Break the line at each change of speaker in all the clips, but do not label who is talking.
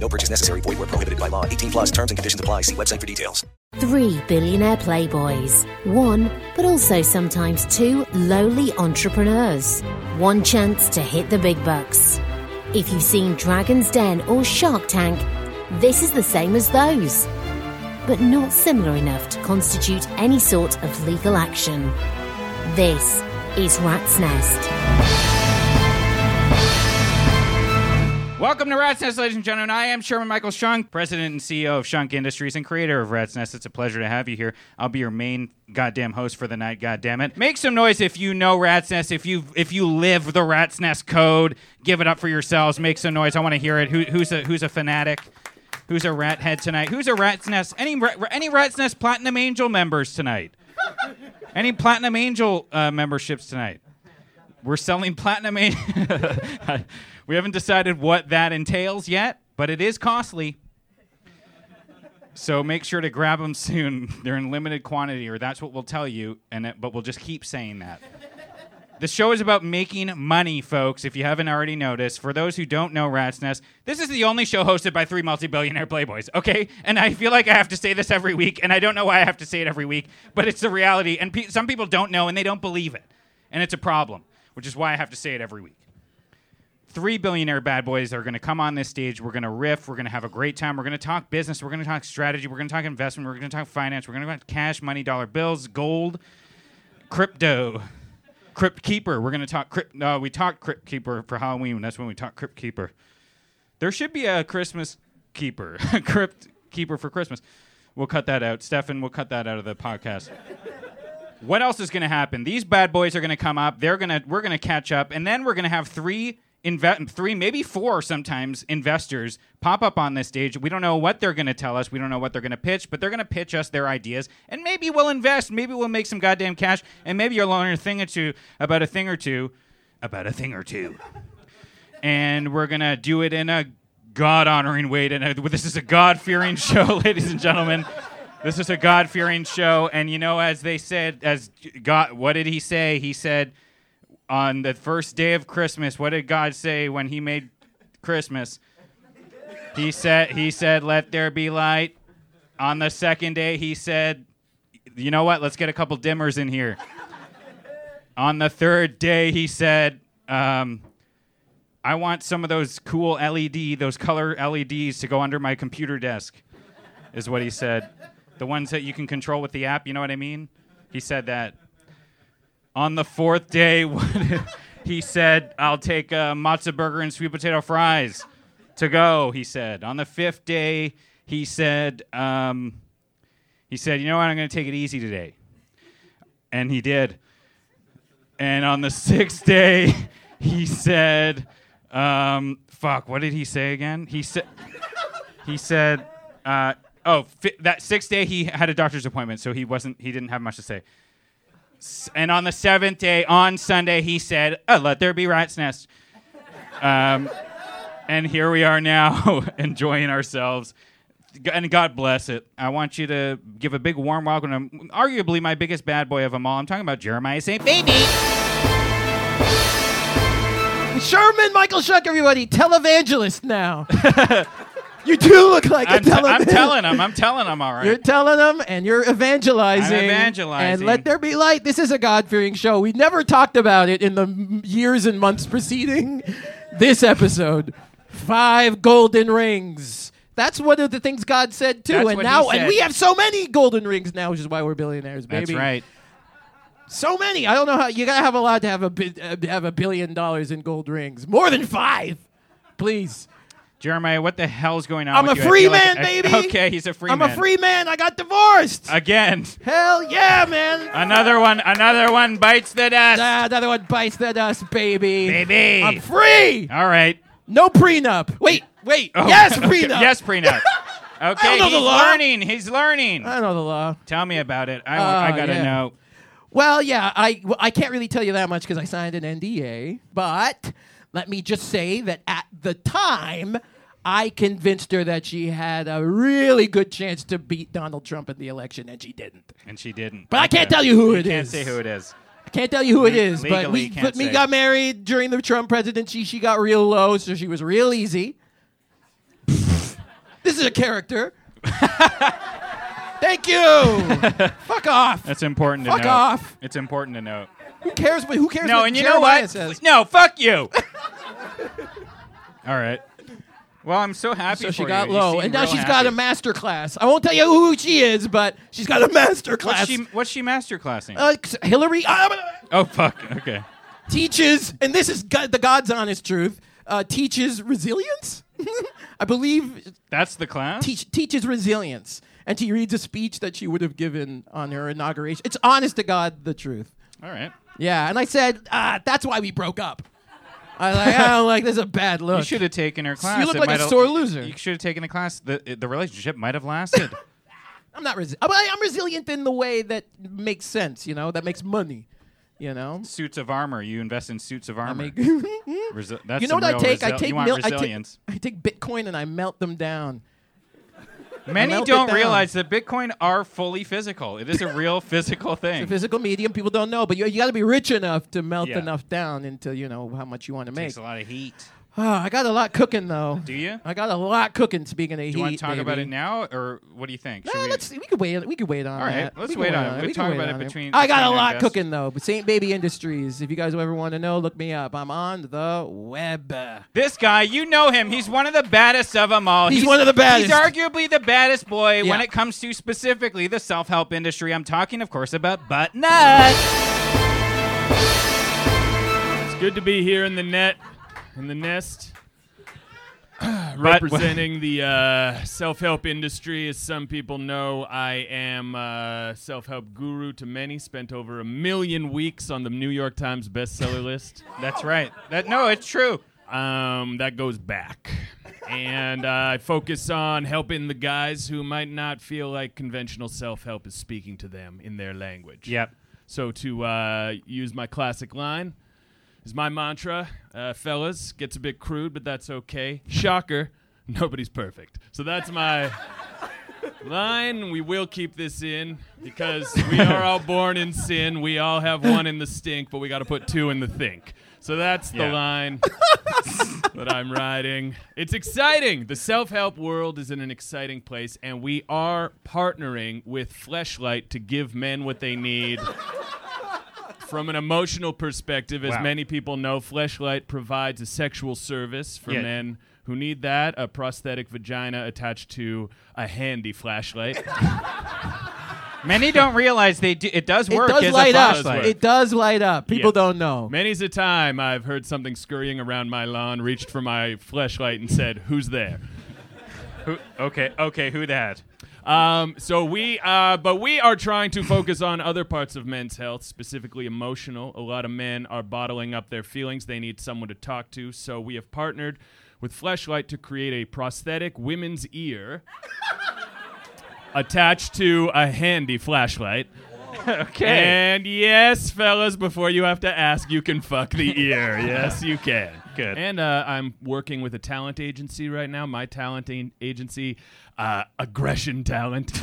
No purchase necessary. Void where prohibited by law. 18 plus terms and conditions apply. See website for details.
Three billionaire playboys. One, but also sometimes two lowly entrepreneurs. One chance to hit the big bucks. If you've seen Dragon's Den or Shark Tank, this is the same as those, but not similar enough to constitute any sort of legal action. This is Rat's Nest.
Welcome to Rat's Nest, ladies and gentlemen. I am Sherman Michael Shunk, president and CEO of Shunk Industries and creator of Rat's Nest. It's a pleasure to have you here. I'll be your main goddamn host for the night. Goddamn it! Make some noise if you know Rat's Nest. If you if you live the Rat's Nest code, give it up for yourselves. Make some noise. I want to hear it. Who, who's a who's a fanatic? Who's a rat head tonight? Who's a Rat's Nest? Any ra- any Rat's Nest Platinum Angel members tonight? Any Platinum Angel uh, memberships tonight? We're selling Platinum Angel. we haven't decided what that entails yet, but it is costly. So make sure to grab them soon. They're in limited quantity, or that's what we'll tell you. And it, but we'll just keep saying that. The show is about making money, folks, if you haven't already noticed. For those who don't know Rat's Nest, this is the only show hosted by three multi billionaire Playboys, okay? And I feel like I have to say this every week, and I don't know why I have to say it every week, but it's the reality. And pe- some people don't know and they don't believe it. And it's a problem, which is why I have to say it every week. Three billionaire bad boys are going to come on this stage. We're going to riff. We're going to have a great time. We're going to talk business. We're going to talk strategy. We're going to talk investment. We're going to talk finance. We're going to talk cash, money, dollar bills, gold, crypto. Crypt Keeper. We're gonna talk Crypt. No, we talked Crypt Keeper for Halloween. and That's when we talked Crypt Keeper. There should be a Christmas Keeper, Crypt Keeper for Christmas. We'll cut that out, Stefan. We'll cut that out of the podcast. what else is gonna happen? These bad boys are gonna come up. They're gonna we're gonna catch up, and then we're gonna have three. Inve- three, maybe four sometimes investors pop up on this stage. We don't know what they're going to tell us. We don't know what they're going to pitch, but they're going to pitch us their ideas. And maybe we'll invest. Maybe we'll make some goddamn cash. And maybe you'll learn a thing or two about a thing or two about a thing or two. and we're going to do it in a God honoring way. To, this is a God fearing show, ladies and gentlemen. This is a God fearing show. And you know, as they said, as God, what did he say? He said, on the first day of Christmas, what did God say when he made Christmas? He said he said let there be light. On the second day he said, "You know what? Let's get a couple dimmers in here." on the third day he said, um, I want some of those cool LED, those color LEDs to go under my computer desk, is what he said. The ones that you can control with the app, you know what I mean? He said that on the fourth day, what- he said, I'll take a matzo burger and sweet potato fries to go, he said. On the fifth day, he said, um, he said, you know what, I'm going to take it easy today. And he did. And on the sixth day, he said, um, fuck, what did he say again? He said, he said, uh, oh, fi- that sixth day he had a doctor's appointment, so he wasn't, he didn't have much to say. S- And on the seventh day, on Sunday, he said, oh, "Let there be rat's nest." Um, and here we are now, enjoying ourselves. G- And God bless it. I want you to give a big warm welcome to arguably my biggest bad boy of them all. I'm talking about Jeremiah St. Baby.
Sherman Michael Shuck, everybody, televangelist now. you do look like
I'm,
a
t-
televangelist.
I'm telling him. I'm telling him. All
You're
right.
telling them, and you're evangelizing.
I'm evangelizing.
And let there be light. This is a God fearing show. We never talked about it in the m- years and months preceding this episode. Five golden rings. That's one of the things God said too.
That's
and
what he
now, and
said.
we have so many golden rings now, which is why we're billionaires, baby.
That's right.
So many. I don't know how you gotta have a lot to have a bi- uh, have a billion dollars in gold rings. More than five, please.
Jeremiah, what the hell's going on?
I'm a
with you? I
free
feel like
man,
I-
baby.
Okay, he's a free
I'm
man.
a free man. I got divorced.
Again,
Hell yeah, man.
another one. Another one bites the dust,
Ah, another one bites the dust, baby.
baby.
I'm free.
All right.
No prenup. Wait, wait.
Oh,
yes,
okay.
prenup.
Yes, prenup. Okay,
don't know
he's
the law.
learning. He's learning.
I know the law.
Tell me about it. I, wa- I
Oh,
gotta
yeah.
know.
Well, yeah, I well, I can't really tell you that much because I signed an NDA. But let me just say that at the time, I convinced her that she had a really good chance to beat Donald Trump in the election, and she didn't.
And she didn't.
But I can't
Okay.
tell you who it
Can't
is.
say who it is.
Can't tell you who it
Le-
is, but
legally
we
can't
but me
say.
got married during the Trump presidency. She got real low, so she was real easy. this is a character. Thank you. Fuck off.
That's important to
Fuck
know.
off.
It's important to know.
Who cares? But who cares?
No,
what
and you know
Jeremiah
what?
Says?
No, fuck you. All right. Well, I'm so happy.
So she
for
got
you. You
low,
seem
and now
real
she's
happy.
got a master class. I won't tell you who she is, but she's got a master
What's
class.
she, what's she masterclassing?
uh, c- Hillary uh,
oh fuck. Okay.
teaches, and this is go- the God's honest truth. Uh, teaches resilience. I believe
That's the class.
teach, teaches resilience, and she reads a speech that she would have given on her inauguration. It's honest to God, the truth.
All right.
Yeah, and I said ah, that's why we broke up. I was like, I don't like this is a bad look.
You should have taken her class.
look
It
like a
might've-
sore loser.
You should have taken the class. The the relationship might have lasted.
I'm not resilient. I'm resilient in the way that makes sense, you know, that makes money, you know.
suits of armor. You invest in suits of armor.
make-
Resi- that's
you know
some
what I
real
take? I
resi-
take
you want
mil- I take-
resilience.
I take Bitcoin and I melt them down.
Many
melt it
don't
down.
realize that Bitcoin are fully physical. It is a real physical thing.
The physical medium people don't know, but you, you got to be rich enough to melt
Yeah.
enough down into you know how much you want to make.
Takes a lot of heat.
Ah, I got a lot cooking though.
Do you?
I got a lot cooking. Speaking of
Do
heat,
you want to talk about
baby.
it now, or what do you think? Should
Nah,
we-
let's see. we could wait. We could wait on.
All right,
that.
let's
We could
wait on it.
that.
We
could
talk
wait
about it
on
between-
I got a
between our
lot
guests.
cooking though. But St. Baby Industries. If you guys ever want to know, look me up. I'm on the web.
This guy, you know him. He's one of the baddest of them all.
He's one of the baddest.
He's arguably the baddest boy when
Yeah.
it comes to specifically the self help industry. I'm talking, of course, about Butt Nut.
It's good to be here in the net, in the nest,
Butt-
representing the uh, self-help industry. As some people know, I am a self-help guru to many. Spent over a million weeks on the New York Times bestseller list.
That's right. That No, it's true.
Um, that goes back. And uh, I focus on helping the guys who might not feel like conventional self-help is speaking to them in their language.
Yep.
So to uh, use my classic line is my mantra, uh, fellas. Gets a bit crude, but that's okay. Shocker, nobody's perfect. So that's my line. We will keep this in because we are all born in sin. We all have one in the stink, but we got to put two in the think. So that's the
Yeah.
line that I'm riding. It's exciting. The self-help world is in an exciting place, and we are partnering with Fleshlight to give men what they need. From an emotional perspective, as
Wow.
many people know, Fleshlight provides a sexual service for
Yeah.
men who need that a prosthetic vagina attached to a handy flashlight.
Many don't realize they do, it does
It
work
does
as
light
a
up.
flashlight.
It does light up. People
Yeah.
don't know.
Many's a time I've heard something scurrying around my lawn, reached for my flashlight, and said, Who's there?
Who- okay, okay, who that?
Um, so we, uh, but we are trying to focus on other parts of men's health, specifically emotional. A lot of men are bottling up their feelings. They need someone to talk to. So we have partnered with Fleshlight to create a prosthetic women's ear attached to a handy flashlight.
Okay.
And yes, fellas, before you have to ask, you can fuck the ear. Yes, you can.
Good.
And uh, I'm working with a talent agency right now. My talent a- agency, uh, Aggression Talent.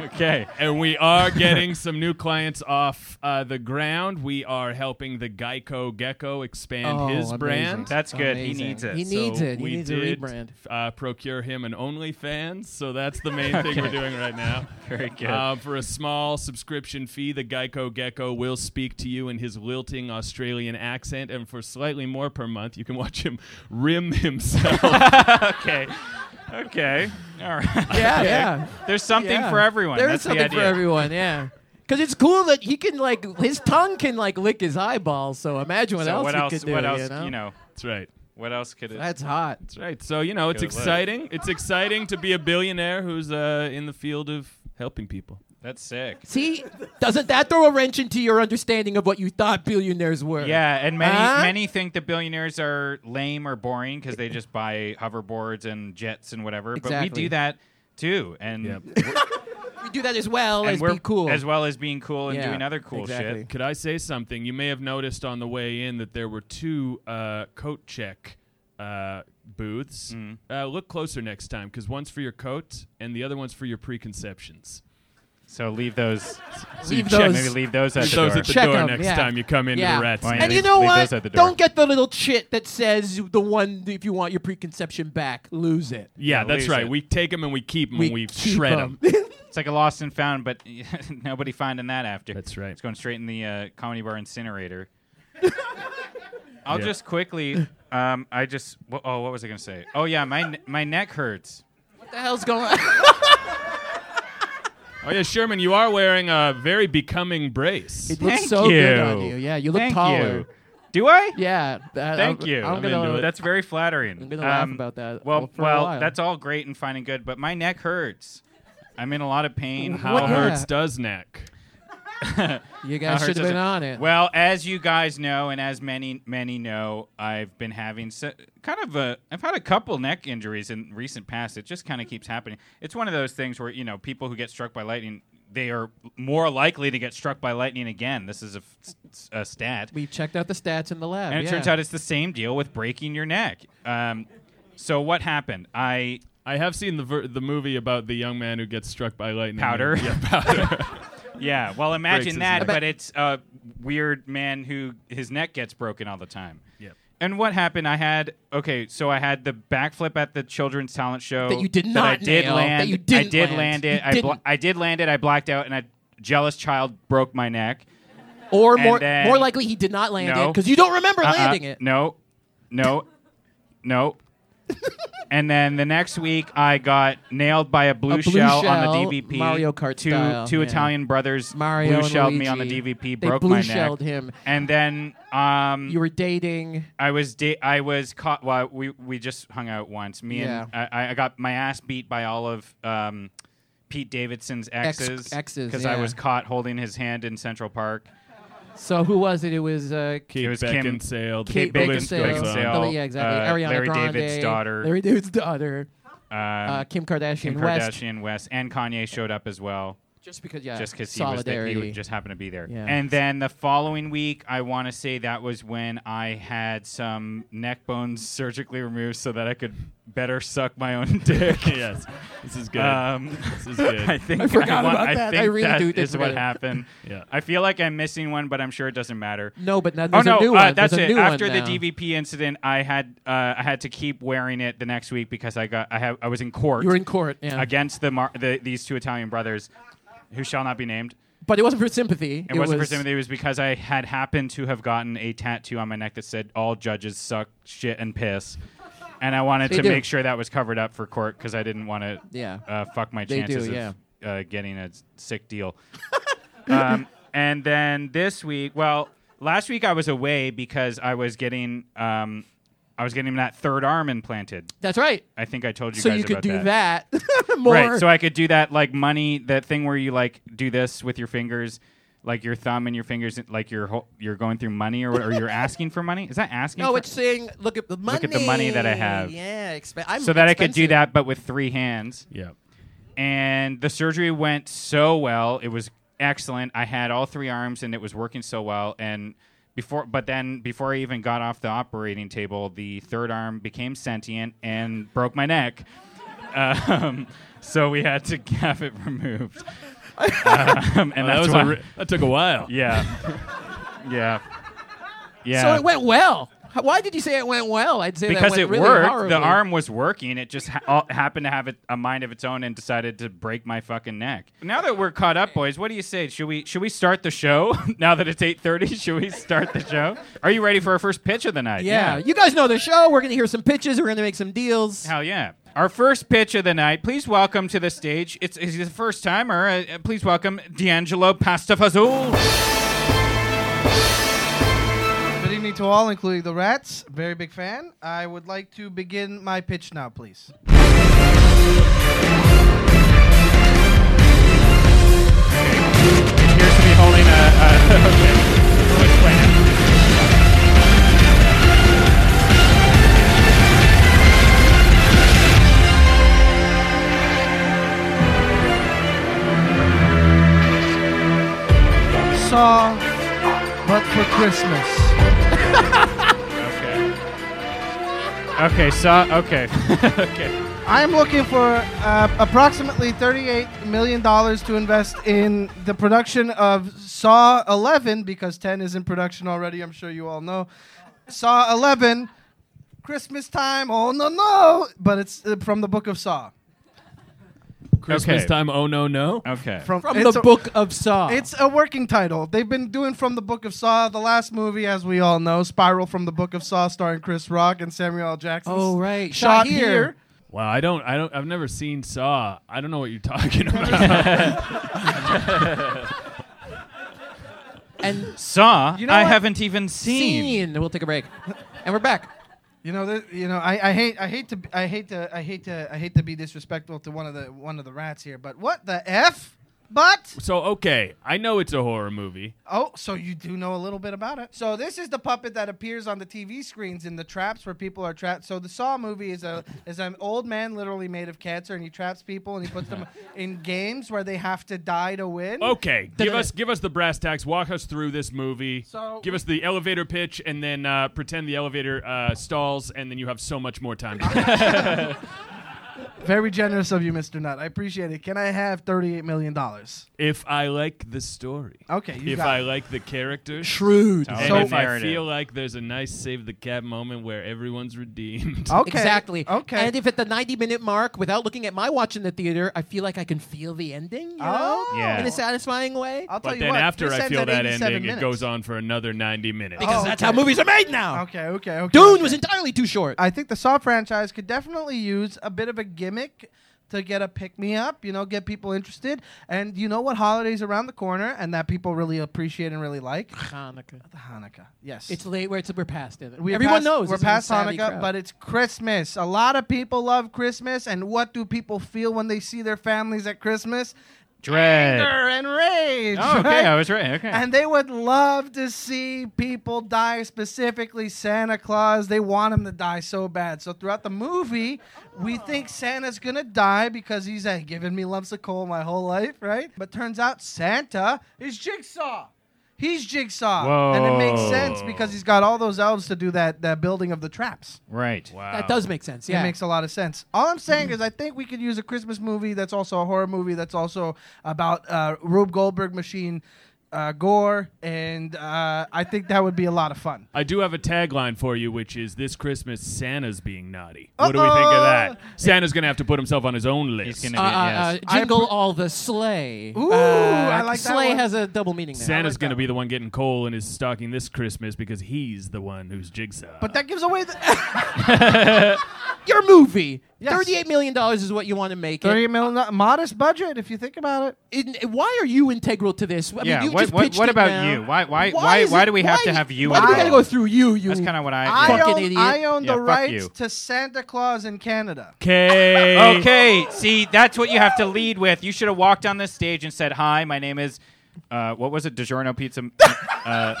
okay.
and we are getting some new clients off uh, the ground. We are helping the Geico Gecko expand
Oh,
his
amazing.
brand.
That's good. He
Amazing.
needs it.
He needs
So
it. He
we
needs
did,
a rebrand.
Uh, procure him an OnlyFans, so that's the main thing we're doing right now.
Very good.
Uh, for a small subscription fee, the Geico Gecko will speak to you in his lilting Australian accent, and for slightly more per month, you can watch him rim himself. okay.
Okay. All right.
Yeah,
Okay.
yeah.
There's something
Yeah.
for everyone.
There is
That's the
something for
idea.
everyone. Yeah. Because it's cool that he can like his tongue can like lick his eyeballs. So imagine what
So
else
what
he
else-
could do.
what else,
you know?
you know?
That's right.
What else could it?
That's hot.
That's right. So you know, it's
Good luck.
exciting. It's exciting to be a billionaire who's uh, in the field of helping people.
That's sick.
See, doesn't that throw a wrench into your understanding of what you thought billionaires were?
Yeah, and many
Huh?
many think that billionaires are lame or boring because they just buy hoverboards and jets and whatever. But we
Exactly.
do that too, and
we do that as well
And
as
we're-
be cool.
as well as being cool and
Yeah,
doing other cool
exactly.
shit.
Could I say something? You may have noticed on the way in that there were two uh, coat check uh, booths.
Mm.
Uh, look closer next time, because one's for your coat and the other one's for your preconceptions.
So leave those.
So you
Leave
check-
those-
maybe leave those at
leave
the
those
door.
at the
Check
door
'em,
next
yeah.
time you come into
Yeah.
the rat's.
Why
nest.
and you
leave-
know
leave
what?
those at the door.
Don't get the little chit that says the one if you want your preconception back, lose it.
Yeah,
Yeah,
that's
lose
right.
it.
We take them and we keep them
We
and we
keep
shred
'em.
them.
It's like a lost and found, but nobody finding that after.
That's right.
It's going straight in the uh, comedy bar incinerator. I'll
Yeah.
just quickly. Um, I just. wh- oh, what was I going to say? Oh yeah, my ne- my neck hurts.
What the hell's going on?
Oh yeah, Sherman, you are wearing a very becoming brace.
It looks
Thank
so good on
you.
you. Yeah, you look
Thank
taller.
you. Do I?
Yeah. that-
Thank
I'm-
you.
I'm,
I'm
gonna.
into it.
That's very flattering. Um,
I'm gonna laugh about that all-
Well,
for a
well,
while.
that's all great and fine and good, but my neck hurts. I'm in a lot of pain.
What
How
How
Yeah.
hurts does neck?
You
How
guys should
hurts
have
does
been on it.
Well, as you guys know, and as many many know, I've been having so, kind of a. I've had a couple neck injuries in recent past. It just kind of keeps happening. It's one of those things where you know people who get struck by lightning, they are more likely to get struck by lightning again. This is a, f- a stat.
we checked out the stats in the lab.
And it
yeah.
turns out it's the same deal with breaking your neck. Um, so what happened? I
I have seen the ver- the movie about Uh, the young man who gets struck by lightning.
powder.
Yeah.
powder. yeah. Well, imagine
his
that,
neck.
but it's a weird man who his neck gets broken all the time.
Yep.
And what happened? I had okay, so I had the backflip at the children's talent show
That you did
I
not
did
nail,
land.
that you
I
didn't
did
land.
land,
You
it. I, bla-
didn't.
I did land it. I blacked out, and a jealous child broke my neck.
or
and
more
then-
more likely he did not land
No.
it because you don't remember
Uh-uh.
landing it.
No, no, no. and then the next week, I got nailed by a blue,
A blue
shell, on
shell,
the DVP.
Mario Kart
two
style,
two
yeah.
Italian brothers
Mario
blue
and
shelled me on the
Luigi.
DVP,
They
broke
blue
my neck.
shelled him.
And then um,
You were dating.
I was da- I was caught. Well, we we just hung out once. Me and
Yeah.
I, I got my ass beat by all of um, Pete Davidson's
Ex-
exes
exes,
I
yeah.
was caught holding his hand in Central Park.
So who was it? It was uh,
Kate
It was Kim-
Beckinsale. the
Kate
Big
Beckinsale.
Big
Beckinsale.
Sale.
Billy- yeah, exactly.
uh,
Ariana
Larry
Grande,
David's daughter.
Larry David's daughter.
Um,
Uh, Kim Kardashian
Kim
West.
Kardashian West and Kanye showed up as well,
Just because, yeah.
just because he was there.
solidarity.
He just happened to be there.
Yeah.
And then the following week, I want to say that was when I had some neck bones surgically removed so that I could better suck my own dick.
yes, this is good.
Um,
this is good.
I think
I forgot
want-
about
I
that.
think
I really
that
do think
is
about
what
it.
happened.
Yeah.
I feel like I'm missing one, but I'm sure it doesn't matter.
no, but now
Oh
there's
no!
a new
uh,
one.
That's
there's
it.
a new
After
one
the
now.
DVP incident, I had uh, I had to keep wearing it the next week because I got I have I was in court.
you were in court. Yeah.
against the, mar- the these two Italian brothers, who shall not be named.
But it wasn't for sympathy.
It, wasn't for sympathy. It was because I had happened to have gotten a tattoo on my neck that said "All judges suck shit and piss," and I wanted
They
to
do.
make sure that was covered up for court because I didn't want to
Yeah.
uh, fuck my
They do,
chances
yeah.
of uh, getting a s- sick deal. um, and then this week, well, last week I was away because I was getting um, I was getting that third arm implanted.
That's right.
I think I told you
so
guys
you could
about
do
that.
that, more.
Right. So I could do that like money, that thing where you like do this with your fingers, like your thumb and your fingers, like you're ho- you're going through money or what, or you're asking for money. Is that asking?
no,
for-
it's saying, look at the money.
at the money that I have.
Yeah, exp- I'm
so that I could do
expensive.
that, but with three hands.
yeah.
And the surgery went so well; it was excellent. I had all three arms, and it was working so well. And before, but then before I even got off the operating table, the third arm became sentient and broke my neck. Um, so we had to have it removed. Um, and
Well, that
that's
was
why,
a re- that took a while.
yeah, yeah, yeah.
So it went well. How- Why did you say it went well? I'd say that
because
went
it
really
worked.
horribly.
The arm was working. It just ha- all- happened to have a, a mind of its own and decided to break my fucking neck. Now that we're caught up, boys, what do you say? Should we should we start the show? now that it's eight thirty, should we start the show? Are you ready for our first pitch of the night?
Yeah. you guys know the show. We're gonna hear some pitches. We're gonna make some deals.
Hell yeah. Our first pitch of the night. Please welcome to the stage. It's he's the first timer. Uh, uh, please welcome D'Angelo Pastafazul.
Good evening to all, including the rats. Very big fan. I would like to begin my pitch now, please.
Appears to be holding a. a okay. We'll explain it.
Saw, but for Christmas.
Okay, so okay, okay.
I am looking for uh, approximately $38 million to invest in the production of Saw 11, because 10 is in production already, I'm sure you all know. Saw 11, Christmas time, oh no, no! But it's uh, from the book of Saw.
Christmas time. Oh no no.
Okay.
it's a-
of Saw.
It's a working title. They've been doing From the Book of Saw, the last movie, as we all know, Spiral from the Book of Saw, starring Chris Rock and Samuel L. Jackson.
Oh, right.
Shot,
Shot
here.
here.
Wow, I don't, I don't, I've never seen Saw. I don't know what you're talking about.
and
Saw,
You know
I
what?
haven't even seen.
Scene. We'll take a break, and we're back.
You know, th- you know, I, I hate, I hate to, b- I hate to, I hate to, I hate to be disrespectful to one of the one of the rats here, but what the f? But
so okay, I know it's a horror movie.
Oh, so you do know a little bit about it. So this is the puppet that appears on the TV screens in the traps where people are trapped. So the Saw movie is a is an old man literally made of cancer, and he traps people and he puts them in games where they have to die to win.
Okay, give us, give us the brass tacks. Walk us through this movie.
So-
give us the elevator pitch, and then uh, pretend the elevator uh, stalls, and then you have so much more time. To
Very generous of you, Mr. Nutt. I appreciate it. Can I have thirty-eight million dollars?
if I like the story.
Okay, you
if
got
I
it.
like the characters.
Shrewd.
And
So-
if I
Narrative.
feel like there's a nice save the cat moment where everyone's redeemed.
Exactly.
Okay.
And if at the 90 minute mark, without looking at my watch in the theater, I feel like I can feel the ending. You know?
Oh. Yeah.
In a satisfying way.
I'll
But then after I feel that ending, it goes on for another 90 minutes.
Because that's how movies are made now.
Oh, Okay, okay, okay.
Dune was entirely too short.
I think the Saw franchise could definitely use a bit of a gimmick to get a pick me up, you know, get people interested. And you know what holidays around the corner and that people really appreciate and really like?
Hanukkah.
Hanukkah. Yes.
It's late where it's we're past it.
We are
Everyone
past-
knows.
we're
it's a
past
savvy
Hanukkah,
crowd.
but it's Christmas. A lot of people love Christmas, and what do people feel when they see their families at Christmas?
Dread.
Anger and rage.
Oh, okay,
right?
I was right. Okay.
And they would love to see people die, specifically Santa Claus. They want him to die so bad. So throughout the movie, we think Santa's gonna die because he's uh, giving me lumps of coal my whole life, right? But turns out Santa is Jigsaw. He's Jigsaw, and it makes sense because he's got all those elves to do that that building of the traps.
Right.
Wow.
That does make sense. Oh. Yeah. Mm-hmm.
It makes a lot of sense. All I'm saying is, I think we could use a Christmas movie that's also a horror movie that's also about uh, Rube Goldberg machine uh, gore, and uh, I think that would be a lot of fun.
I do have a tagline for you, which is this Christmas Santa's being naughty. What do we think of that? Santa's gonna have to put himself on his own list.
uh, uh, uh, jingle all the sleigh. Ooh,
Ah,
I
like that
sleigh
one.
has a double meaning. There.
Santa's gonna be the one getting coal in his stocking this Christmas because he's the one who's jigsaw.
But that gives away the
Your movie.
Yes.
Thirty-eight million dollars is what you want to make it.
thirty million modest budget if you think about it.
In, why are you integral to this? I
Yeah,
Mean, you
what-
just
what-
pitched
what
it
about
now.
you? Why- why- why-
is
why do we have to
why-
have you
Why do we gotta
involved?
go through you? You.
That's kinda what Mm. I-
I
fucking
own,
idiot.
I own
Yeah,
the
fuck you.
rights to Santa Claus in Canada.
Okay.
Okay. See, that's what you have to lead with. You should have walked on this stage and said, "Hi, my name is." Uh, what was it? DiGiorno Pizza. Uh,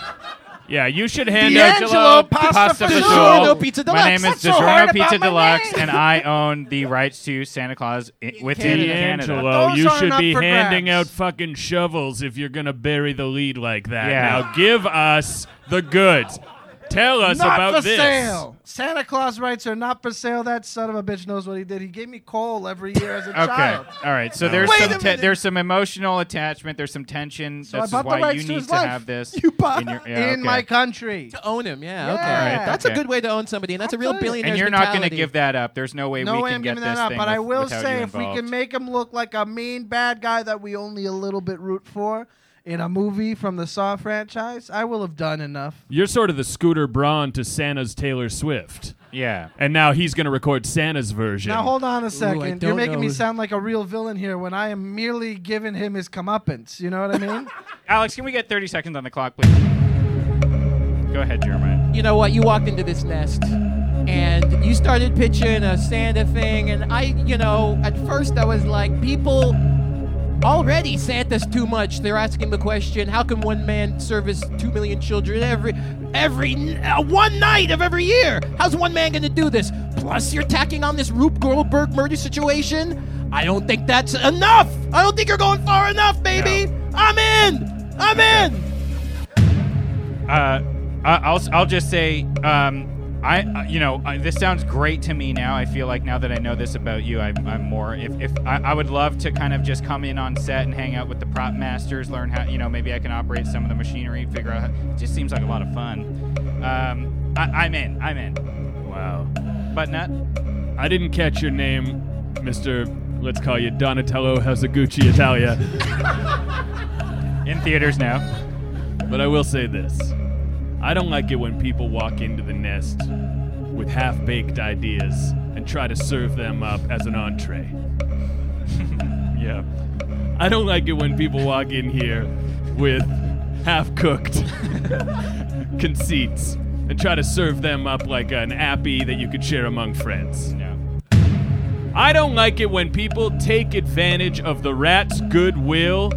Yeah, you should hand
D'Angelo
Pasta
Pasta
DiGiorno
Fazool.
Pizza
My
Deluxe.
name
That's
is
so hard
DiGiorno
about
Pizza
my
Deluxe,
name.
and I own the rights to Santa Claus i- within Canada.
D'Angelo,
Those
you
aren't
should
up
be
for
handing
grabs.
out fucking shovels if you're gonna bury the lead like that.
Yeah.
Now give us the goods. Tell us
not
about
for
this.
sale. Santa Claus rights are not for sale. That son of a bitch knows what he did. He gave me coal every year as a
Okay.
child.
All right. So there's
Wait a
some te-
minute.
there's some emotional attachment. There's some tension.
So I
this
bought
is
the
why
rights
you
to
need
his
to
life.
have this.
You bought-
in your, yeah,
in
okay.
my country.
to own him. Yeah. Okay.
Yeah. Alright,
That's
okay.
a good way to own somebody, and that's a real
Absolutely.
billionaire.
And you're not going to give that up. There's no way
No
we
way
can
I'm
get
giving
this
that up,
thing
but I
with-
will
without you
say if we
involved.
can make him look like a mean bad guy that we only a little bit root for,
in a movie from the Saw franchise, I will have done enough.
You're sort of the Scooter Braun to Santa's Taylor Swift.
Yeah.
And now he's going to record Santa's version.
Now hold on
Ooh, I
a second. You're
don't
making me
know.
sound like a real villain here when I am merely giving him his comeuppance. You know what I mean?
Alex, can we get 30 seconds on the clock, please? Go ahead, Jeremiah.
You know what? You walked into this nest and you started pitching a Santa thing. And I, you know, at first I was like, people already Santa's too much. They're asking the question, how can one man service two million children every, every, n- uh, one night of every year? How's one man going to do this? Plus, you're tacking on this Rube Goldberg murder situation. I don't think that's enough. I don't think you're going far enough, baby. I'm in. I'm in.
Uh, I- I'll s- I'll just say, um, I uh, you know uh, this sounds great to me now. I feel like now that I know this about you, I'm, I'm more. If, if I, I would love to kind of just come in on set and hang out with the prop masters, learn how you know maybe I can operate some of the machinery, figure out. How, it just seems like a lot of fun. Um, I, I'm in. I'm in.
Wow.
But not.
I didn't catch your name, Mr. Let's call you Donatello Hasaguchi Italia.
in theaters now.
But I will say this I don't like it when people walk into the nest with half baked ideas and try to serve them up as an entree. yeah. I don't like it when people walk in here with half cooked conceits and try to serve them up like an appy that you could share among friends.
No.
I don't like it when people take advantage of the rat's goodwill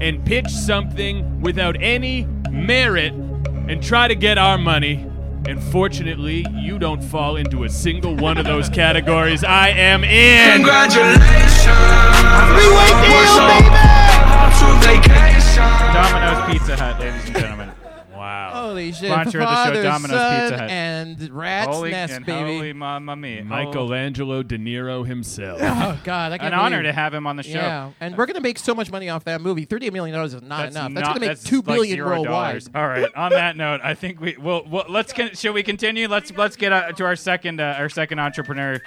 and pitch something without any merit and try to get our money. And fortunately, you don't fall into a single one of those categories. I am in.
Domino's Pizza Hut, ladies and gentlemen. Wow.
Holy shit.
Sponsor of the show,
Father,
Domino's
Son,
Pizza Hut.
and Rat's
holy,
Nest,
and
baby.
Holy Oh, mamma mia.
Michelangelo De Niro himself.
Oh God! I can't
An honor
believe-
to have him on the show.
Yeah, and we're gonna make so much money off that movie. Thirty-eight million dollars is not
That's
enough. That's
not-
gonna make
that's
two
like
billion
zero
worldwide.
dollars. All right. On that note, I think we will. We'll, let's con- shall we continue? Let's let's get uh, to our second uh, our second entrepreneur,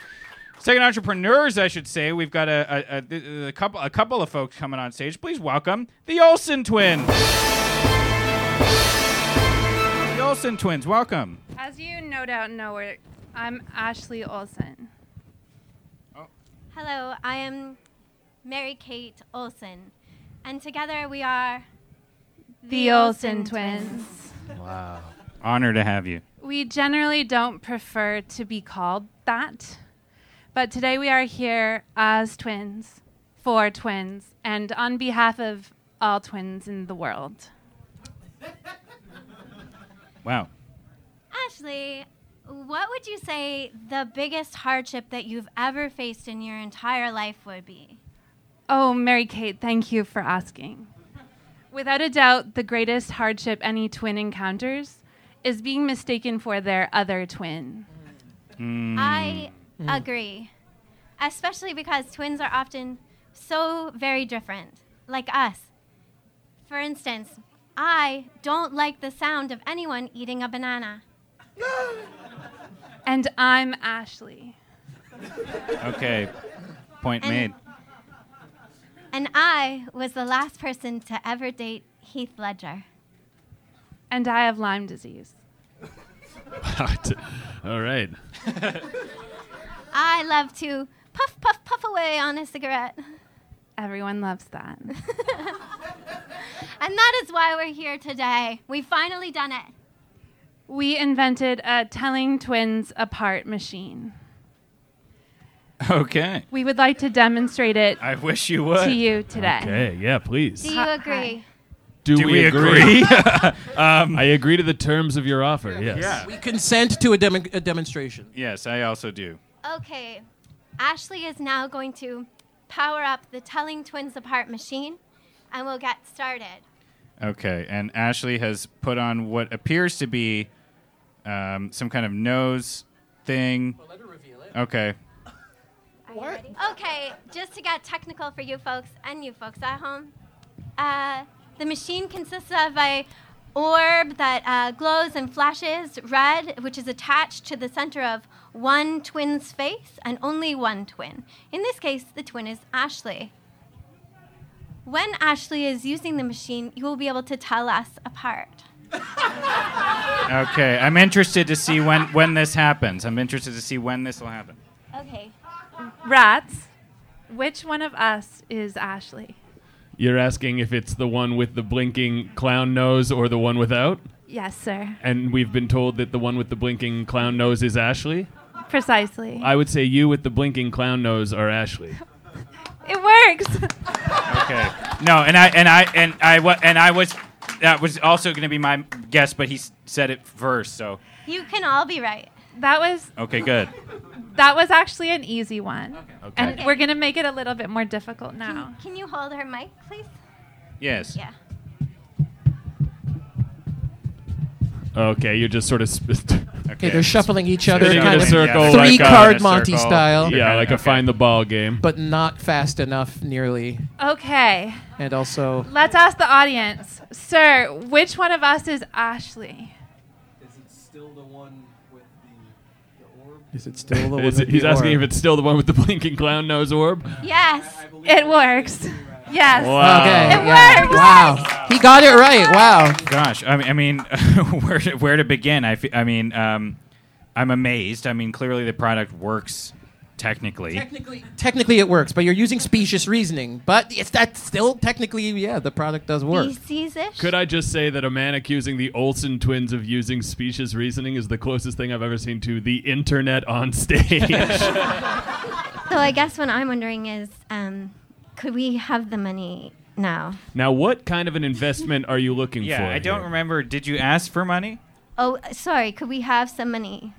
second entrepreneurs, I should say. We've got a, a, a, th- a couple a couple of folks coming on stage. Please welcome the Olsen twins. The Olsen twins, welcome.
As you no doubt know, we're- I'm Ashley Olsen.
Hello, I am Mary Kate Olson, and together we are
The Olsen twins.
Wow. Honor to have you.
We generally don't prefer to be called that, but today we are here as twins, for twins, and on behalf of all twins in the world.
Wow.
Ashley. What would you say the biggest hardship that you've ever faced in your entire life would be?
Oh, Mary Kate, thank you for asking. Without a doubt, the greatest hardship any twin encounters is being mistaken for their other twin.
I agree, especially because twins are often so very different, like us. For instance, I don't like the sound of anyone eating a banana.
And I'm Ashley.
Okay. Point
And-
made.
And I was the last person to ever date Heath Ledger.
And I have Lyme disease.
All right.
I love to puff, puff, puff away on a cigarette.
Everyone loves that.
And that is why we're here today. We've finally done it.
We invented a telling twins apart machine.
Okay.
We would like to demonstrate it
I wish you would.
to you today.
Okay, yeah, please.
Do you agree?
Do,
Do
we,
we
agree?
agree?
I agree to the terms of your offer, yes.
We consent to a, demo- a demonstration.
Yes, I also do.
Okay, Ashley is now going to power up the Telling Twins Apart machine, and we'll get started.
Okay, and Ashley has put on what appears to be um, some kind of nose thing. let her reveal it. Okay.
What? Okay, just to get technical for you folks and you folks at home, uh, the machine consists of a orb that uh, glows and flashes red, which is attached to the center of one twin's face and only one twin. In this case, the twin is Ashley.
When Ashley is using the machine, you will be able to tell us apart.
Okay, I'm interested to see when, when this happens. I'm interested to see when this will happen.
Okay. Rats, which one of us is Ashley?
You're asking if it's the one with the blinking clown nose or the one without?
Yes, sir.
And we've been told that the one with the blinking clown nose is Ashley.
Precisely.
I would say you with the blinking clown nose are Ashley.
It works.
Okay. No, and I and I and I wa- and I was that was also going to be my guess, but he s- said it first, so
You can all be right.
That was
okay, good.
that was actually an easy one.
Okay.
And
Okay.
we're going to make it a little bit more difficult now.
Can you hold her mic, please?
Yes.
Yeah.
Okay, you're just sort of. Sp-
Okay, they're shuffling each other,
Spinning in
kind
a
of
circle,
three
like a-
card Monty style.
Yeah, like a find the ball game.
but not fast enough, nearly,
Okay.
and also
Let's ask the audience. Sir, which one of us is Ashley?
is it still the one?
Is
with
it- he's
the
asking
orb?
if it's still the one with the blinking clown nose orb.
Yes.
It works. Yes.
Wow.
Okay,
It
yeah.
works.
Wow, he got it right. Wow.
Gosh, I mean, I mean, where to, where to begin? I, fe- I mean, um, I'm amazed. I mean, clearly the product works technically.
Technically, it works, but you're using specious reasoning. But it's that still technically, yeah, the product does work.
Speciesish?
Could I just say that a man accusing the Olsen twins of using specious reasoning is the closest thing I've ever seen to the internet on stage?
So I guess what I'm wondering is, um, could we have the money now?
now, what kind of an investment are you looking for?
yeah, I don't
here?
remember. Did you ask for money?
Oh, sorry. Could we have some money?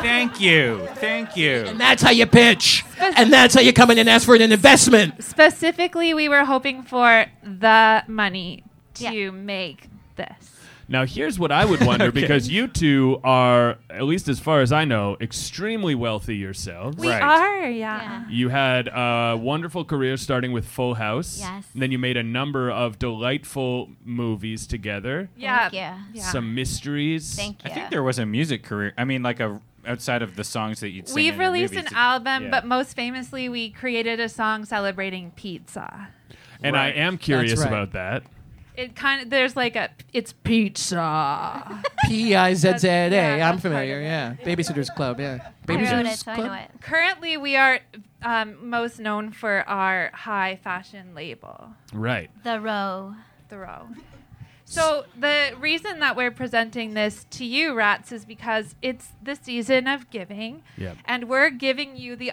Thank you, thank you.
And that's how you pitch, and that's how you come in and ask for an investment.
Specifically, we were hoping for the money to make this.
Now, here's what I would wonder
Okay.
because you two are, at least as far as I know, extremely wealthy yourselves.
We are, yeah.
Uh,
You had a wonderful career starting with Full House.
Yes.
And then you made a number of delightful movies together.
Yeah. yeah.
Some mysteries.
Thank
I think there was a music career. I mean, like a outside of the songs that you'd sing.
We've
in your
released
movies.
an album,
yeah.
but most famously, we created a song celebrating pizza.
And I
Right.
am
That's
curious
right.
about that.
It kind of there's like a it's pizza.
P I Z Z A. I'm familiar. Yeah, Babysitters Club. Yeah, Babysitters Club.
Currently, we are um, most known for our high fashion label,
Right.
The row.
The row. So the reason that we're presenting this to you, Rats, is because it's the season of giving,
Yep.
and we're giving you the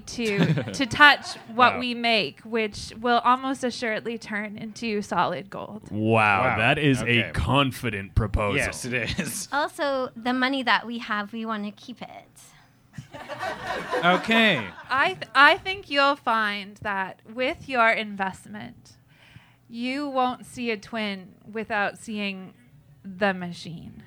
to to touch what
Wow.
we make, which will almost assuredly turn into solid gold.
Wow,
Wow.
that is
Okay.
a confident proposal.
Yes, it is.
Also, the money that we have, we want to keep it.
Okay.
I th- I think you'll find that with your investment, you won't see a twin without seeing the machine.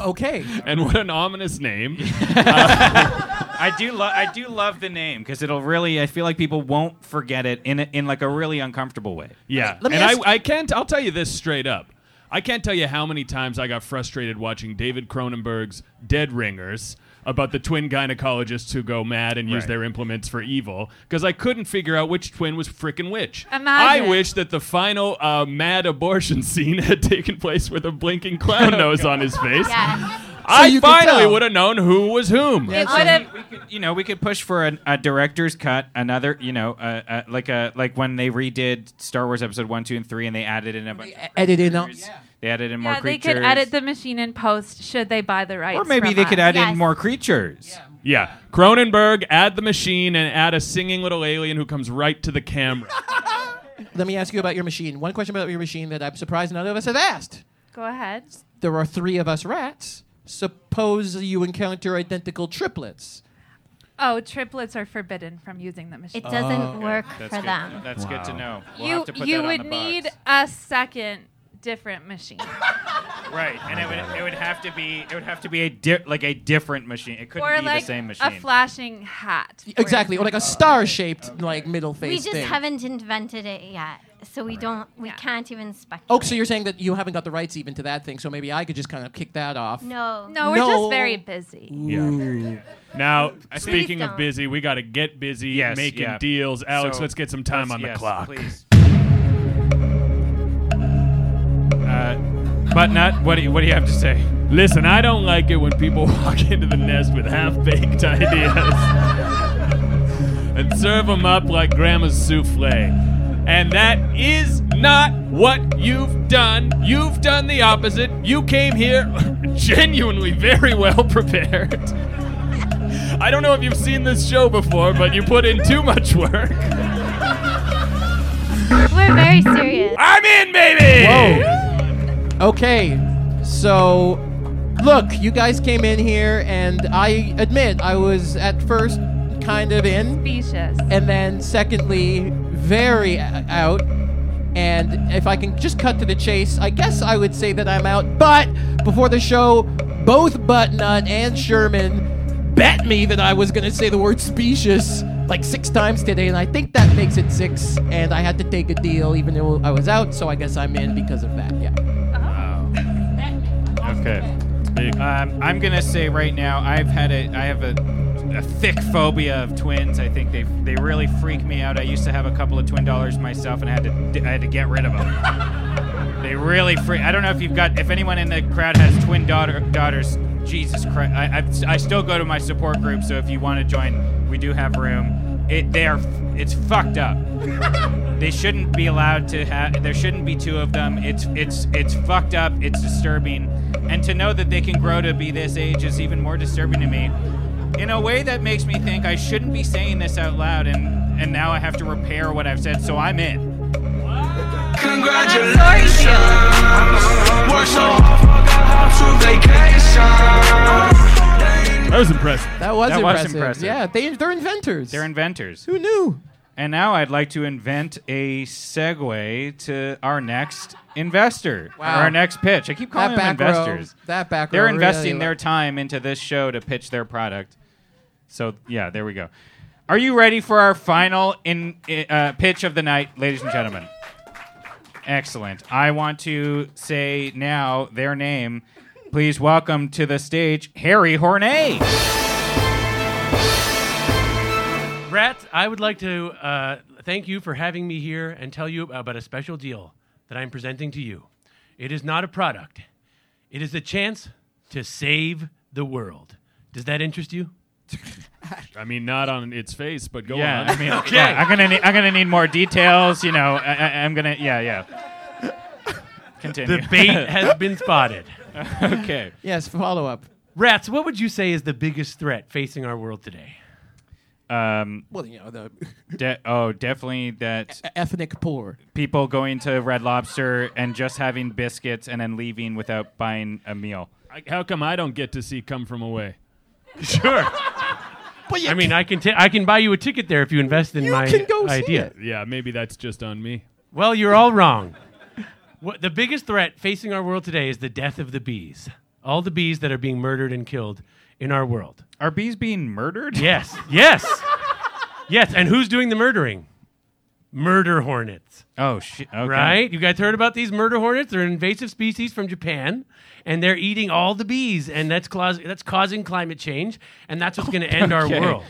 Okay.
And what an ominous name.
I do love I do love the name because it'll really I feel like people won't forget it in a, in like a really uncomfortable way.
Yeah.
Let me
and
ask-
I, I can't, I'll tell you this straight up. I can't tell you how many times I got frustrated watching David Cronenberg's Dead Ringers about the twin gynecologists who go mad and use
Right.
their implements for evil because I couldn't figure out which twin was frickin' which.
Imagine.
I wish that the final uh, mad abortion scene had taken place with a blinking clown nose on his face. I
you could
finally
tell.
would have known who was whom.
It would've- we could, you know, we could push for an, a director's cut, another, you know, uh, uh, like a like when they redid Star Wars Episode One, Two, and Three, and they added in a bunch. of
Edit in on.
creatures. They added in more
uh, yeah, they
creatures.
could edit the machine in post should they buy the rights.
or maybe
from
they could
us.
add in more creatures.
Yeah. Cronenberg, add the machine and add a singing little alien who comes right to the camera.
Let me ask you about your machine. One question about your machine that I'm surprised none of us have asked.
Go ahead.
There are three of us rats. Suppose you encounter identical triplets.
Oh, triplets are forbidden from using the machine.
Oh,
It doesn't work
That's
for
good.
them.
That's good to know. Oh, We'll
you
have to put
you
that on
would
the box.
need a second different machine.
Right, and it would it would have to be it would have to be a di- like a different machine. It couldn't
or
be
like
the same machine.
a flashing hat.
Exactly,
Oh,
or like a star-shaped like middle face
we just
thing.
haven't invented it yet, so we don't. We can't even speculate.
Oh, so you're saying that you haven't got the rights even to that thing, so maybe I could just kind of kick that off.
No.
No, we're just
No.
very busy.
Yeah. Now,
Please
speaking of
don't.
busy, we got to get busy
Yes,
making
yeah.
deals. Alex,
So-
let's get some time
yes,
on the
yes,
clock.
please. Uh, but not. What do you What do you have to say?
Listen, I don't like it when people walk into the nest with half-baked ideas and serve them up like grandma's souffle. And that is not what you've done. You've done the opposite. You came here genuinely very well prepared. I don't know if you've seen this show before, but you put in too much work.
We're very serious.
I'm in, baby.
Whoa. Okay, so look, you guys came in here, and I admit I was at first kind of in,
Specious.
and then secondly very o- out. And if I can just cut to the chase, I guess I would say that I'm out. But before the show, both Buttnut and Sherman bet me that I was going to say the word specious like six times today, and I think that makes it six. And I had to take a deal, even though I was out, so I guess I'm in because of that. Yeah.
Okay. Um, I'm gonna say right now, I've had a, I have a, a thick phobia of twins. I think they they really freak me out. I used to have a couple of twin dollars myself, and I had to I had to get rid of them. they really freak. I don't know if you've got if anyone in the crowd has twin daughter daughters. Jesus Christ! I, I, I still go to my support group, so if you want to join, we do have room. It they are it's fucked up. They shouldn't be allowed to have. There shouldn't be two of them. It's it's it's fucked up. It's disturbing, and to know that they can grow to be this age is even more disturbing to me. In a way that makes me think I shouldn't be saying this out loud, and and now I have to repair what I've said. So I'm in.
That was impressive.
That was
that
impressive.
was impressive.
Yeah, they they're inventors.
They're inventors.
Who knew?
And now I'd like to invent a segue to our next investor,
Wow.
our next pitch. I keep calling
That
them
back row-
investors.
that back
They're
row really
investing
lo-
their time into this show to pitch their product. So yeah, there we go. Are you ready for our final in uh, pitch of the night, ladies and gentlemen? Excellent. I want to say now their name. Please welcome to the stage Harry Horney.
Brett, I would like to uh, thank you for having me here and tell you about a special deal that I'm presenting to you. It is not a product, it is a chance to save the world. Does that interest you?
I mean, not on its face, but go
yeah,
on.
I mean, yeah, I'm gonna need, I'm gonna need more details. You know, I, I, I'm gonna yeah yeah. Continue.
The bait has been spotted.
okay.
Yes, follow up.
Rats, what would you say is the biggest threat facing our world today?
Um,
Well, you know the
de- oh, definitely that
ethnic poor.
people going to Red Lobster and just having biscuits and then leaving without buying a meal.
I- How come I don't get to see Come From Away? Sure.
I mean, I can ta- I can buy you a ticket there if you invest in my idea.
Yeah, maybe that's just on me.
Well, you're all wrong. what, the biggest threat facing our world today is the death of the bees. All the bees that are being murdered and killed in our world.
Are bees being murdered?
Yes. Yes. yes. And who's doing the murdering? Murder hornets.
Oh shit! Okay.
Right? You guys heard about these murder hornets? They're an invasive species from Japan, and they're eating all the bees, and that's, claus- that's causing climate change, and that's what's going to end our
Okay.
world.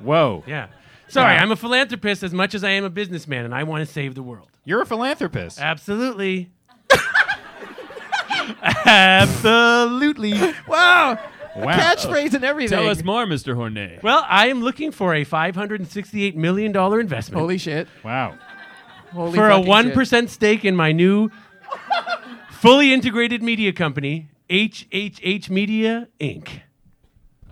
Whoa.
Yeah. Sorry,
Wow.
I'm a philanthropist as much as I am a businessman, and I want to save the world.
You're a philanthropist.
Absolutely. Absolutely.
Wow.
Wow.
Catchphrase and everything.
Tell us more, Mr. Hornet.
Well, I am looking for a $568 million investment
Holy shit.
Wow.
Holy
for a
fucking shit.
1% stake in my new fully integrated media company, HHH Media Inc.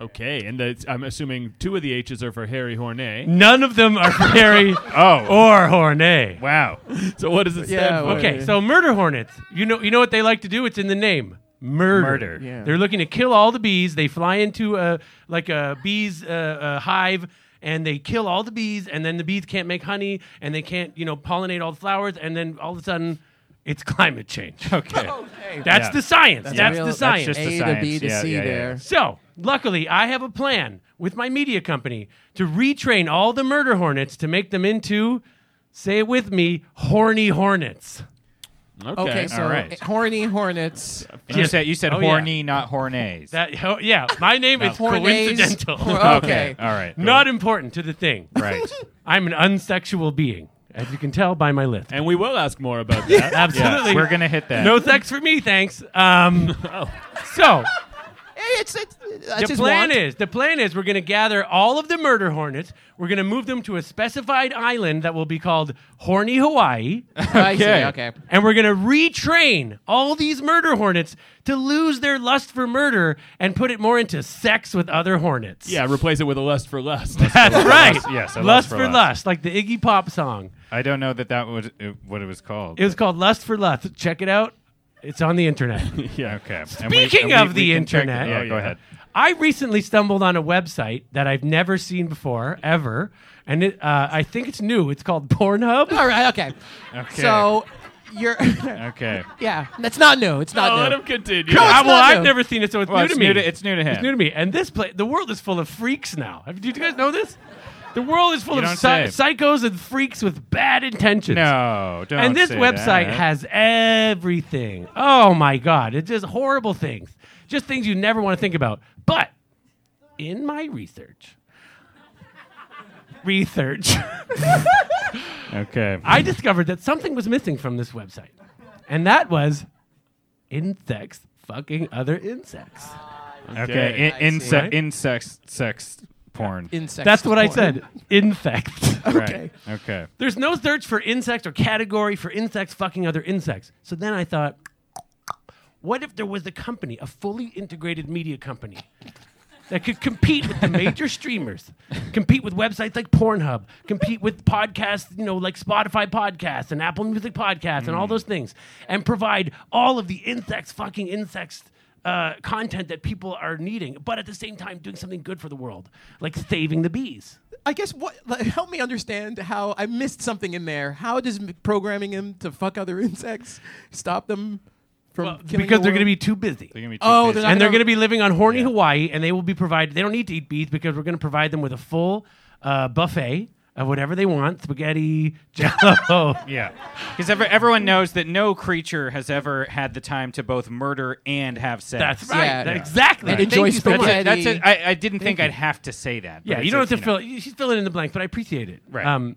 Okay, and that's, I'm assuming two of the H's are for Harry Hornet.
None of them are Harry
Oh.
or Hornet.
Wow.
So what does it stand
Yeah,
for?
what-
Okay, so murder hornets. You know, you know what they like to do. It's in the name. Murder.
Murder.
Yeah.
They're looking to kill all the bees. They fly into a like a bees uh, uh, hive. And they kill all the bees, and then the bees can't make honey, and they can't, you know, pollinate all the flowers, and then all of a sudden, It's climate change.
Okay.
That's
Yeah.
the science.
That's
That's,
a real-
the
that's
science.
just the A to science. B to Yeah, C yeah, yeah, there. yeah.
So, luckily, I have a plan with my media company to retrain all the murder hornets to make them into, say it with me, horny hornets.
Okay, so horny hornets.
You said you said
Oh, yeah.
horny, not hornays.
That uh, ho- yeah, my name is
No. Hornets.
coincidental.
Okay, Okay, all right, cool.
Not important to the thing.
Right.
I'm an unsexual being, as you can tell by my list.
And we will ask more about that.
Absolutely.
Yeah, we're gonna hit that.
No thanks for me, thanks. Um, so
It's, it's, that's
the
his
plan
want.
is the plan is we're going to gather all of the murder hornets. We're going to move them to a specified island that will be called Horny Hawaii.
Oh, I see, Okay. okay.
And we're going to retrain all these murder hornets to lose their lust for murder and put it more into sex with other hornets.
Yeah, replace it with a lust for lust.
That's right.
Yes, a
lust, for lust. like the Iggy Pop song.
I don't know that that was uh, what it was called.
It was called Lust for Lust. Check it out. It's on the internet.
yeah. Okay. And we-
Speaking
and we-
of
we
the
can check
internet, Oh,
the- yeah, go ahead.
I recently stumbled on a website that I've never seen before, ever, and it, uh, I think it's new. It's called Pornhub.
All right, okay.
Okay.
So you're.
Okay.
yeah, that's not new. It's not
No,
new.
Oh, let him continue.
No, it's
I, well,
not
I've
new.
never seen it, so it's
Well,
new
it's
to me.
new to- it's new to him.
It's new to me. And this place, the world is full of freaks now. Have- Did you guys know this? The world is full
You
of
don't
psy-
say.
psychos and freaks with bad intentions.
No, don't
And this
say
website
that.
has everything. Oh my god, it's just horrible things, just things you never want to think about. But in my research, research.
Okay.
I discovered that something was missing from this website, and that was insects fucking other insects.
Ah, Okay.
I
In,
see.
insect, insects, sex, porn.
Insects.
That's what I
porn.
said. Insects.
Okay. Right. Okay.
There's no search for insects or category for insects fucking other insects. So then I thought, what if there was a company, a fully integrated media company, that could compete with the major streamers, compete with websites like Pornhub, compete with podcasts, you know, like Spotify podcasts and Apple Music podcasts and all those things, and provide all of the insects, fucking insects. Uh, content that people are needing, but at the same time doing something good for the world, like saving the bees.
I guess what like, help me understand how I missed something in there. How does m- programming him to fuck other insects stop them from killing
because
the
they're going to
world?
be too busy. They're
going to
too Oh, busy. they're not
and they're
gonna-
going to be living on horny Hawaii, and they will be provided. They don't need to eat bees because we're going to provide them with a full uh, buffet of whatever they want: spaghetti, jello.
Yeah. Because everyone knows that no creature has ever had the time to both murder and have sex.
That's right. Yeah. That- exactly. And enjoy
Thank you so much.
spaghetti.
That's it. I, I didn't
Thank
think
you.
I'd have to say that. but
Yeah, you
it's
don't
a-
have to fill. You She's filling in the blank, but I appreciate it.
Right.
Um,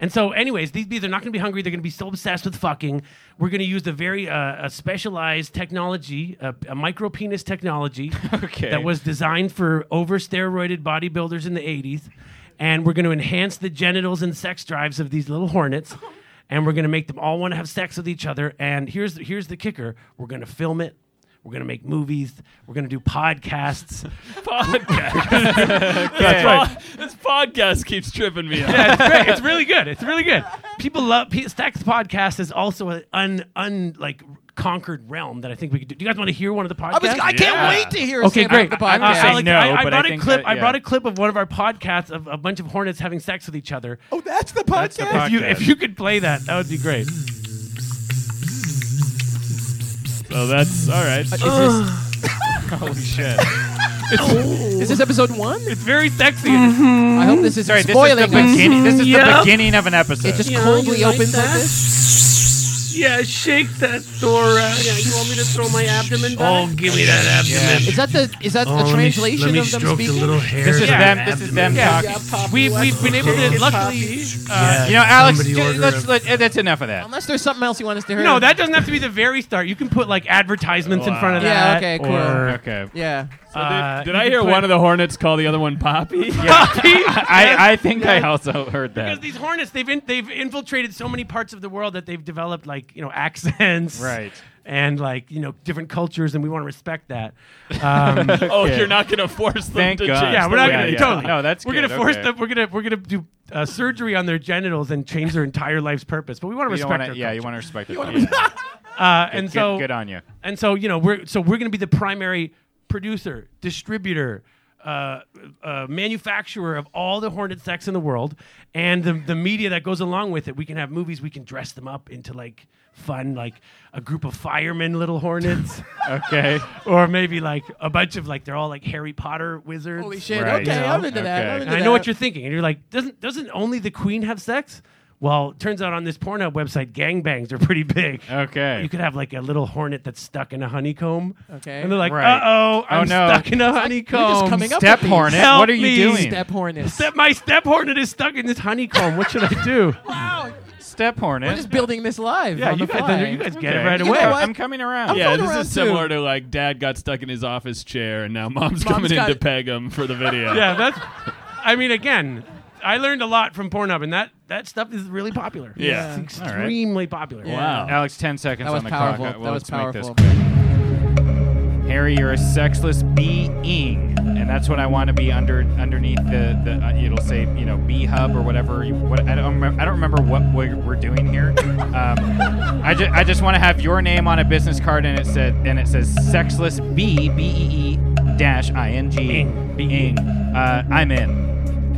and so, anyways, these bees are not going to be hungry. They're going to be so obsessed with fucking. We're going to use the very uh, uh, specialized technology, uh, a micro penis technology, that was designed for over steroided bodybuilders in the '80s, and we're going to enhance the genitals and sex drives of these little hornets. And we're gonna make them all want to have sex with each other. And here's here's the kicker: we're gonna film it, we're gonna make movies, we're gonna do podcasts. podcasts.
That's right. This podcast keeps tripping me up.
yeah, it's great. It's really good. It's really good. People love P- Stacks Podcast is also an un, un like conquered realm that I think we could do. Do you guys want to hear one of the podcasts?
was- I can't Yeah. wait to hear a
Okay,
sample of
great.
the podcast. I'm not saying
Alex,
no,
I, I
but I
brought a
think
clip.
that-
I brought
yeah.
a clip of one of our podcasts of a bunch of hornets having sex with each other.
Oh, that's the podcast.
That's the If you, if you could play that, that would be great.
So that's all right.
Holy shit.
is this episode one?
It's very sexy.
I hope this is
Sorry, this
spoiling
is the beginning. This is the
Yep.
beginning of an episode.
It just coldly opens like this.
Yeah, shake that door. Out. Yeah, you want me to throw my abdomen back? Oh, give me that abdomen.
Is that the is that
Oh, let
the
me-
translation
let me
of them
stroke the
speaking?
little hair. This is
them- this is them talking.
We've, we've been able to luckily.
Uh,
Uh,
you know, Alex,
somebody
ju-
order
let's,
a-
let, eh, that's enough of that.
Unless there's something else you want us to hear.
No, that doesn't have to be the very start. You can put like advertisements in front of
Yeah,
that.
okay, cool.
or-
Okay.
Yeah.
Uh,
did
you
I
can
hear
put-
one of the Hornets call the other one Poppy?
I, I think I also heard that.
Because these hornets, they've in, they've infiltrated so many parts of the world that they've developed like you know accents,
Right.
And like you know different cultures, and we want to respect that. Um,
Oh, you're not gonna force them
Thank
to
God.
change.
Yeah, we're
the
not
way
gonna
they
totally.
talk.
No, that's
we're
good,
gonna force
okay.
them. We're gonna we're gonna do uh, surgery on their genitals and change their entire life's purpose. But we want to
You don't
respect
wanna-
their
yeah, you
culture.
want to respect it.
Uh, and
good-
so
good on you.
And so you know we're so we're going to be the primary producer, distributor, uh, uh, manufacturer of all the hornet sex in the world and the, the media that goes along with it. We can have movies, we can dress them up into like fun, like a group of firemen little hornets.
Okay.
Or maybe like a bunch of like, they're all like Harry Potter wizards.
Holy shit, Right. okay, I'm into that, I'm
And
into
I know what
that.
you're thinking. And you're like, doesn't, doesn't only the queen have sex? Well, turns out on this Pornhub website, gangbangs are pretty big.
Okay.
You could have like a little hornet that's stuck in a honeycomb.
Okay.
And they're like,
Right.
uh oh,
Oh,
I'm
no.
stuck in a
It's like, you're
honeycomb.
just coming up Step with these. hornet?
Help
What are you
me.
doing? Step hornet.
Step, my step hornet is stuck in this honeycomb. What should I do? wow.
Step hornet.
We're just building this live.
Yeah,
on
you
the
guys-
fly.
you guys get it Okay. right You know away. what?
I'm coming around.
I'm
yeah,
coming
this
around
is
too.
similar to like dad got stuck in his office chair and now mom's,
Mom's
coming in
got-
to peg him for the video.
Yeah, that's. I mean, again, I learned a lot from Pornhub, and that, that stuff is really popular.
Yeah.
It's
All right.
extremely popular.
Alex, 10 seconds
That was
on the
powerful.
clock. Uh,
That
Well,
was
let's make this
powerful.
quick. Harry, you're a sexless being, and that's what I want to be under underneath the. the uh, it'll say you know bee hub or whatever. You, what, I don't remember, I don't remember what we're, we're doing here. Um, I, ju- I just want to have your name on a business card, and it said and it says sexless bee b e e dash i n g being. Uh, I'm in.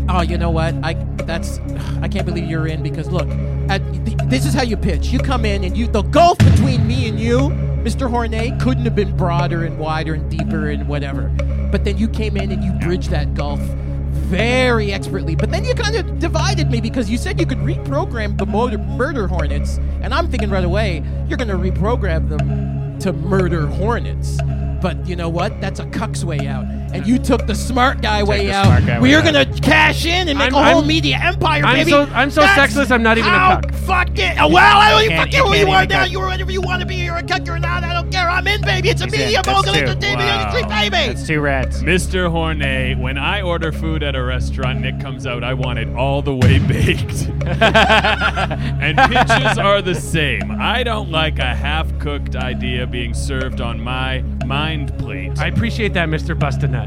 Oh, you know what? I that's I can't believe you're in because look, at, th- this is how you pitch. You come in and you the gulf between me and you, Mr. Hornet, couldn't have been broader and wider and deeper and whatever. But then you came in and you bridged that gulf very expertly. But then you kind of divided me because you said you could reprogram the motor, murder hornets, and I'm thinking right away you're going to reprogram them to murder hornets. But you know what? That's a cuck's way out. And you took the smart guy way
the
out.
smart guy way
We're
out.
gonna cash in and make
I'm-
a whole
I'm-
media empire,
I'm
baby.
so- I'm so
That's
sexless, I'm not even a
how
cuck.
Fuck it. Oh, well, I don't even
Can't-
fuck
you
you who you
can't
are
even
now.
cuck.
You're whatever you want to be. You're a cuck. You're not. I don't care. I'm in, baby. It's a
in.
media
That's
mogul
two.
entertainment
Wow.
industry, baby.
That's two rats.
Mr. Hornet, when I order food at a restaurant and it comes out, I want it all the way baked. and pitches are the same. I don't like a half cooked idea being served on my mind plate.
I appreciate that, Mr. Bustinut.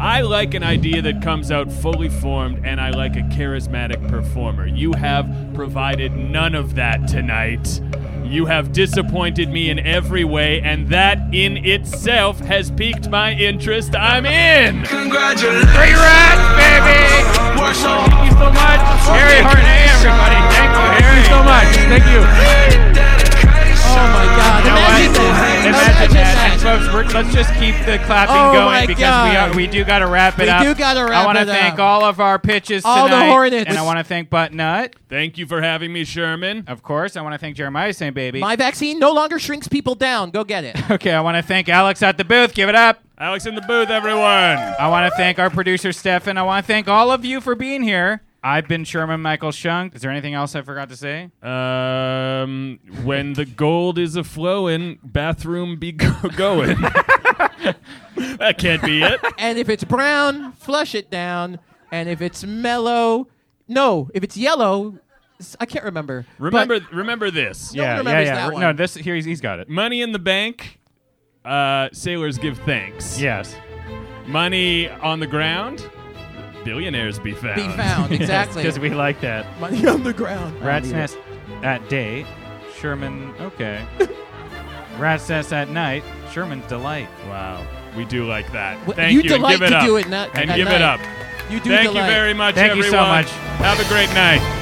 I like an idea that comes out fully formed, and I like a charismatic performer. You have provided none of that tonight. You have disappointed me in every way, and that in itself has piqued my interest. I'm in! Congratulations! Three rats, baby! Thank you so much! Harry Hornet, everybody! Thank you, Harry! so much! Thank you!
Oh my God!
You know what?
Imagine that.
Imagine that. And folks, we're, let's just keep the clapping
Oh my
going because we
God.
are, we do got to wrap it
We
up.
do gotta
I
wrap
wanna
it
thank
up.
all of our pitches
All the
tonight,
Hornets.
and I want to thank Buttnut.
Thank you for having me, Sherman.
Of course, I want to thank Jeremiah St. Baby.
My vaccine no longer shrinks people down. Go get it.
okay, I want to thank Alex at the booth. Give it up.
Alex in the booth, everyone.
I want to thank our producer Stefan. I want to thank all of you for being here. I've been Sherman Michael Shunk. Is there anything else I forgot to say?
Um, when the gold is a flowing, bathroom be go- going. that can't be it.
and if it's brown, flush it down. And if it's mellow, no. If it's yellow, s- I can't remember.
Remember, remember this.
No one Yeah, remembers yeah, yeah. that one. No,
this here he's got it.
Money in the bank. Uh, sailors give thanks.
Yes.
Money on the ground. Billionaires be found.
Be found, exactly.
Because we like that.
Money on the ground.
Rat's Nest at day, Sherman. Okay. Rat's Nest at night, Sherman's delight.
Wow, we do like that.
Wh-
Thank
you
you. and
delight
give it
to
up.
do it not-
and
at
give
night.
it up.
You do
Thank
delight.
you very much,
Thank you
everyone.
so much.
Have a great night.